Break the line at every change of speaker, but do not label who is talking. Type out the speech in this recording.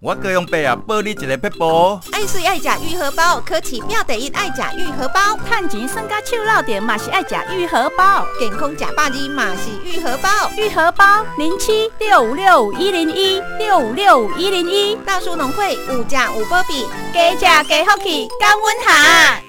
我高用白啊，报你一个撇步。哦
爱水爱食愈合包，科技秒第一爱食愈合包，
趁钱算到手落点嘛是爱食愈合包，
健康食百二嘛是愈合包。
愈合包零七六五六五一零一六五六五一零一，
大叔农会有价有保庇，
加食加福气，感恩哈。